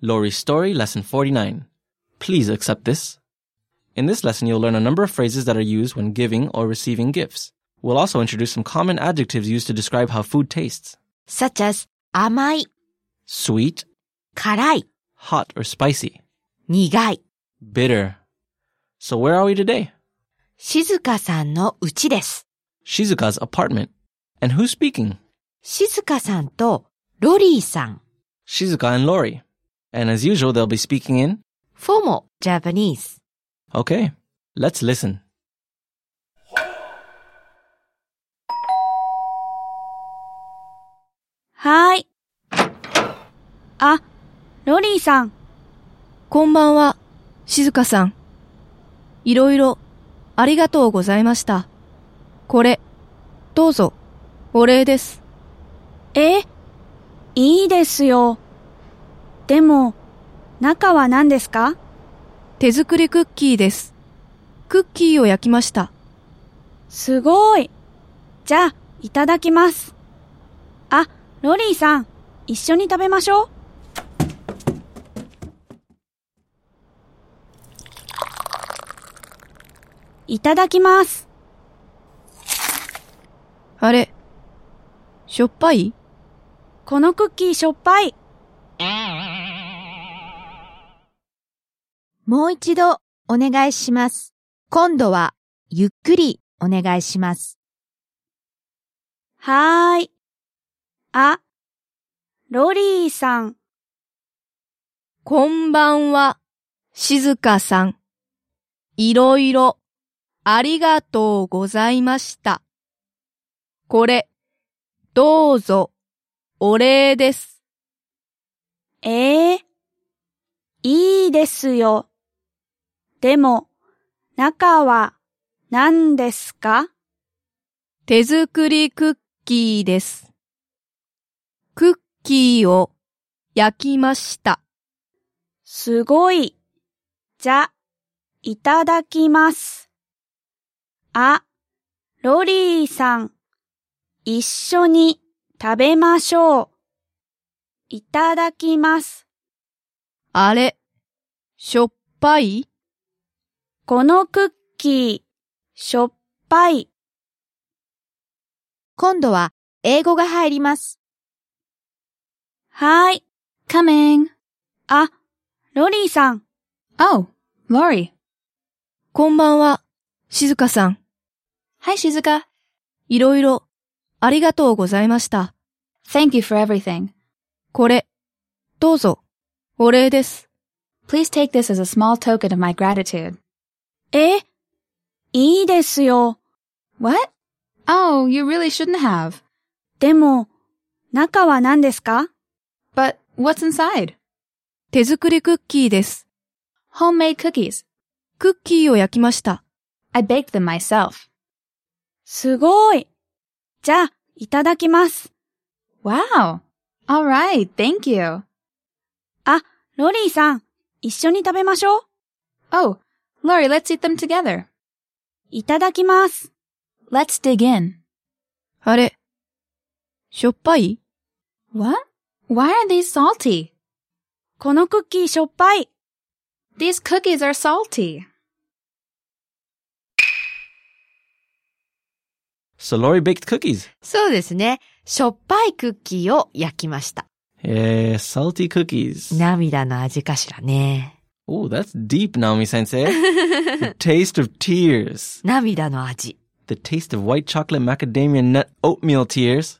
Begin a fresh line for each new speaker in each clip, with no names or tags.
Lori's Story, Lesson 49. Please accept this. In this lesson, you'll learn a number of phrases that are used when giving or receiving gifts. We'll also introduce some common adjectives used to describe how food tastes
such as 甘い、
sweet,
辛い、
hot or spicy,
苦い。
bitter. So, where are we today?
静香さんの家です。
Shizuka's apartment. And who's speaking?
静香さんとロリーさん。
Shizuka and Lori. And as usual, they'll be speaking in.
formal Japanese.
Okay, let's listen.
はーい。あ、ロリーさん。こんばんは、静香さん。いろいろ、ありがとうございました。これ、どうぞ、お礼です。えいいですよ。でも、中は何ですか手作りクッキーです。クッキーを焼きました。すごい。じゃあ、いただきます。あ、ロリーさん、一緒に食べましょう。いただきます。
あれ、しょっぱい
このクッキーしょっぱい。
もう一度お願いします。今度はゆっくりお願いします。
はーい。あ、ロリーさん、
こんばんは、静香さん。いろいろ、ありがとうございました。これ、どうぞ、お礼です。
ええいいですよ。でも、中は何ですか
手作りクッキーです。クッキーを焼きました。
すごい。じゃ、いただきます。あ、ロリーさん、一緒に食べましょう。いただきます。
あれ、しょっぱい
このクッキー、しょっぱい。
今度は英語が入ります。
はい。
Coming.
あ、ロリーさん、
Oh, Lori.
こんばんは、静香さん。
Hi, Shizuka.
いろいろ、ありがとうございました。
Thank you for everything.
これ、どうぞ、お礼です。
Please take this as a small token of my gratitude.
え、いいですよ。
What? Oh, you really shouldn't have.
でも、中は何ですか
But what's inside?
手作りクッキーです。
Homemade cookies.
クッキーを焼きました。
I baked them myself.
すごい。じゃあ、いただきます。
Wow. All right. Thank you.
あ、ロリーさん、一緒に食べましょう。
Oh, Lori, let's eat them together.
いただきます。
Let's dig in.
あれ、しょっぱい
What? Why are these salty?
このクッキーしょっぱい。
These cookies are salty.
So, Lori baked cookies.
そうですね。しょっぱいクッキーを焼きました。
Yeah, salty cookies.
涙の味かしらね。
Oh, that's deep, Naomi sensei. the taste of tears.
涙の味。
The taste of white chocolate macadamia nut oatmeal tears.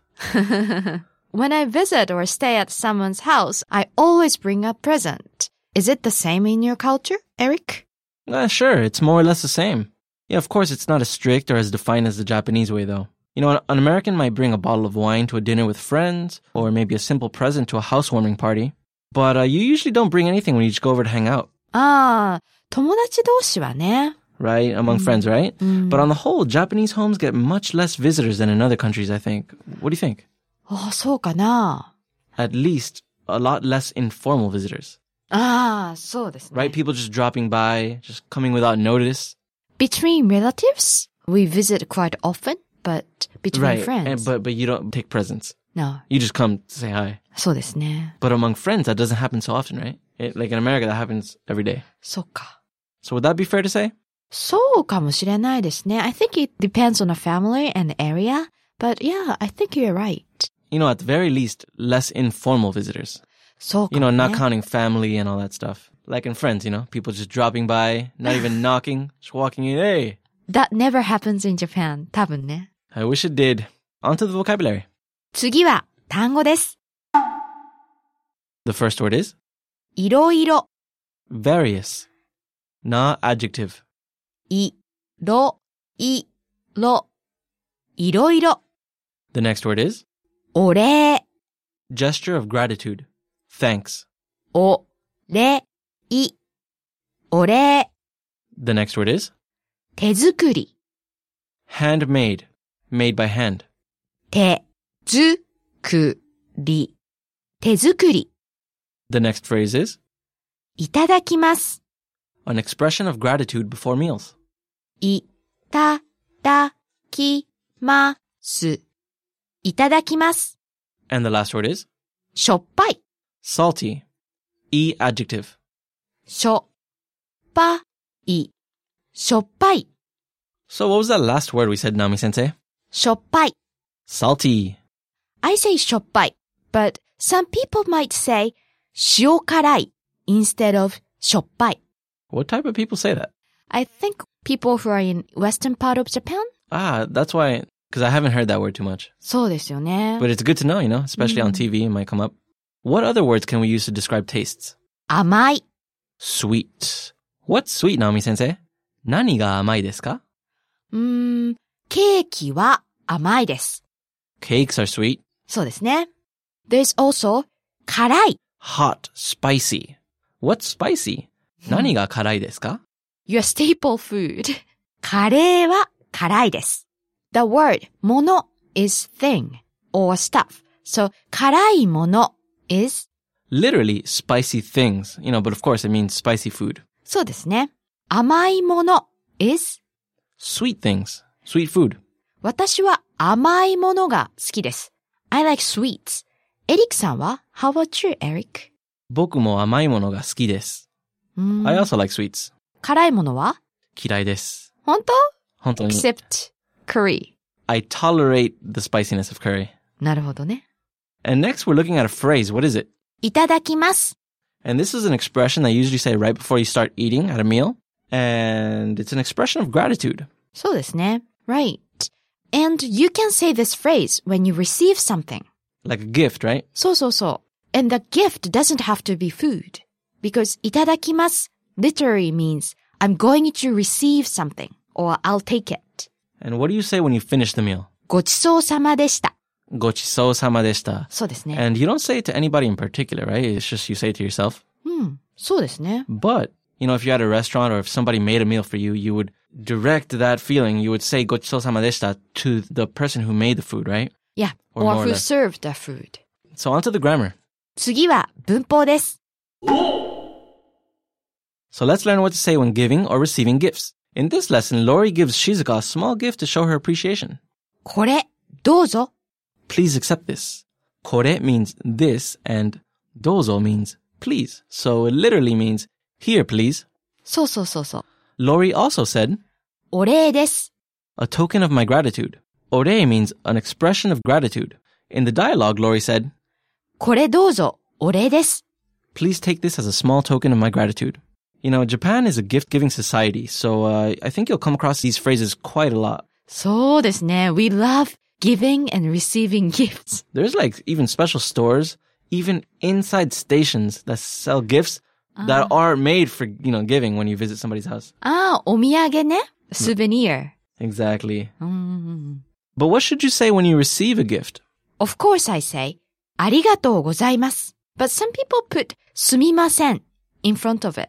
When I visit or stay at someone's house, I always bring a present. Is it the same in your culture, Eric?
Uh, sure, it's more or less the same. Yeah, of course, it's not as strict or as defined as the Japanese way, though. You know, an, an American might bring a bottle of wine to a dinner with friends, or maybe a simple present to a housewarming party. But uh, you usually don't bring anything when you just go over to hang out,
ああ、友達同士はね。
right? Among friends, right? But on the whole, Japanese homes get much less visitors than in other countries, I think. What do you think?
ああ、そうかな。
At least a lot less informal visitors,
ああ、そうですね。
right? People just dropping by, just coming without notice.
Between relatives, we visit quite often, but between
right.
friends,
And, but, but you don't take presents.
no.
You just come to say hi.
そうですね。
But among friends, that doesn't happen so often, right? It, like in America, that happens every day.
そっか。
So would that be fair to say?
そうかもしれないですね。I think it depends on the family and the area. But yeah, I think you're right.
You know, at the very least, less informal visitors.
そうか
You
も
know,
ね。
not counting family and all that stuff. Like in friends, you know, people just dropping by, not even knocking, just walking in. Hey,
That never happens in Japan. 多分ね。
I wish it did. Onto the vocabulary.
次は単語です。
The first word is
いろいろ、
various, not adjective.
い、ろ、い、ろ。いろいろ、
The next word is
お礼、
gesture of gratitude, thanks.
お、れ、い。お礼、
The next word is
手作り、
handmade, made by hand.
手、ず、く、り。手作り、
The next phrase is
いただきます。
an expression of gratitude before meals.
い、た、だ、き、ます。いただきます。
And the last word is
しょっぱい。
salty, e adjective.
しょ、ぱ、い。しょっぱい。
So what was that last word we said, Nami sensei?
しょっぱい。
Salty.
I say しょっぱい。But some people might say 塩辛い instead of しょっぱい。
What type of people say that?
I think people who are in western part of Japan?
Ah, that's why, because I haven't heard that word too much.
そうですよね
But。it's good to know, you know, especially on TV, it might come up. What other words can we use to describe tastes?
甘い。
Sweet. What's sweet, Nami sensei? 何が甘いですか
うーん、ケーキは甘いです。
Cakes are sweet.
そうですね。There's also 辛い。
Hot, spicy. What's spicy? 何が辛いですか
Your staple food. カレーは辛いです。The word もの is thing or stuff. So 辛いもの is
Literally, spicy things. You know, but of course it means spicy food.
そうですね。甘いもの is
Sweet things. Sweet food.
私は甘いものが好きです。I like sweets. エリックさんは How about you, Eric?
僕も甘いものが好きです。
うーん
I also like sweets.
辛いものは
嫌いです。
本当
本当に。
?except curry.
I tolerate the spiciness of curry.
なるほどね。
And next, we're looking at a phrase. What is it?
いただきます。
And this is an expression that I usually say right before you start eating at a meal. And it's an expression of gratitude.
そうですね。Right. And you can say this phrase when you receive something.
Like a gift, right?
そうそうそう。And the gift doesn't have to be food. Because いただきます literally means I'm going to receive something or I'll take it.
And what do you say when you finish the meal?
ごちそうさまでした。
ごちそうさまでした
そうですね。
And you don't say it to anybody in particular, right? It's just you say it to yourself.
うん。Hmm. そうですね。
But, you know, if you're at a restaurant or if somebody made a meal for you, you would direct that feeling. You would say ごちそうさまでした to the person who made the food, right?
Yeah.
Or
Or,
more or
who
less.
served the food.
So onto the grammar.
次は文法です。
So let's learn what to say when giving or receiving gifts. In this lesson, Lori gives Shizuka a small gift to show her appreciation.
これ、どうぞ。
Please accept this. Kore means this and dozo means please. So it literally means here please.
そうそうそうそう。
Lori also said,
お礼です。
a token of my gratitude. Ore means an expression of gratitude. In the dialogue, Lori said,
これどうぞ。お礼です。
please take this as a small token of my gratitude. You know, Japan is a gift-giving society, so uh, I think you'll come across these phrases quite a lot.
そうですね。We love giving and receiving gifts.
There's like even special stores, even inside stations that sell gifts that are made for, you know, giving when you visit somebody's house.
ああ、お土産ね。Hmm. スベニア。
Exactly.
うん
But what should you say when you receive a gift?
Of course I say, ありがとうございます。But some people put すみません in front of it.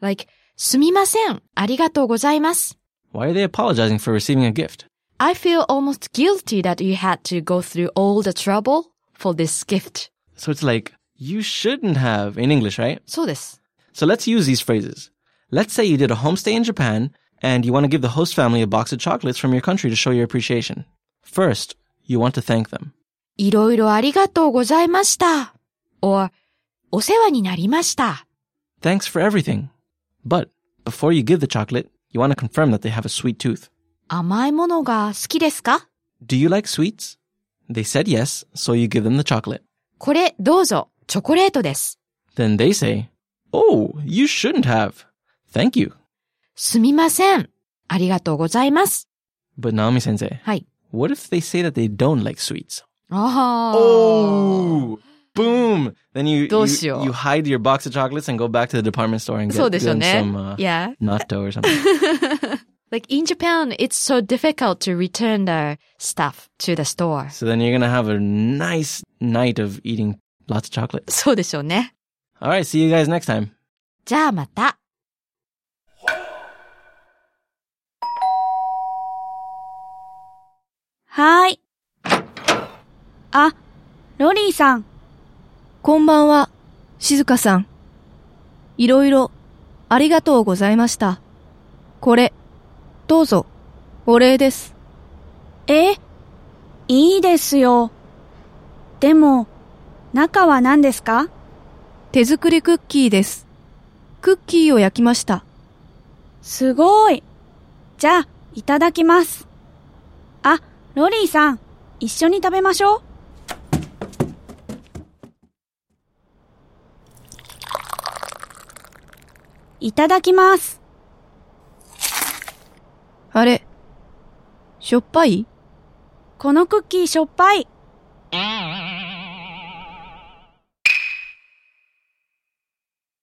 Like, すみません、ありがとうございます。
Why are they apologizing for receiving a gift?
I feel almost guilty that you had to go through all the trouble for this gift.
So it's like, you shouldn't have in English, right?
そうです。
So let's use these phrases. Let's say you did a homestay in Japan and you want to give the host family a box of chocolates from your country to show your appreciation. First, you want to thank them.
いろいろありがとうございました。or お世話になりました。
Thanks for everything. But before you give the chocolate, you want to confirm that they have a sweet tooth.
甘いものが好きですか
Do you like sweets? They said yes, so you give them the chocolate.
これどうぞ、チョコレートです。
Then they say, Oh, you shouldn't have. Thank you.
すみません。ありがとうございます。
But Naomi sensei,
はい。
what if they say that they don't like sweets?
ああ。
Oh, boom! Then you, you
どうしよう。
you hide your box of chocolates and go back to the department store and
そう
get
でしょう
them
ね
some uh,。
yeah.
natto or something.
like in Japan, it's so difficult to return the stuff to the store.
so then you're gonna have a nice night of eating lots of chocolate.
そうでしょうね。
All right, see you guys next time.
じゃあまた。
はーい。あ、ロリーさん。
こんばんは、静香さん。いろいろ、ありがとうございました。これ、どうぞ、お礼です。
え、いいですよ。でも、中は何ですか
手作りクッキーです。クッキーを焼きました。
すごい。じゃあ、いただきます。あ、ロリーさん、一緒に食べましょう。いただきます。
あれ、しょっぱい
このクッキーしょっぱい。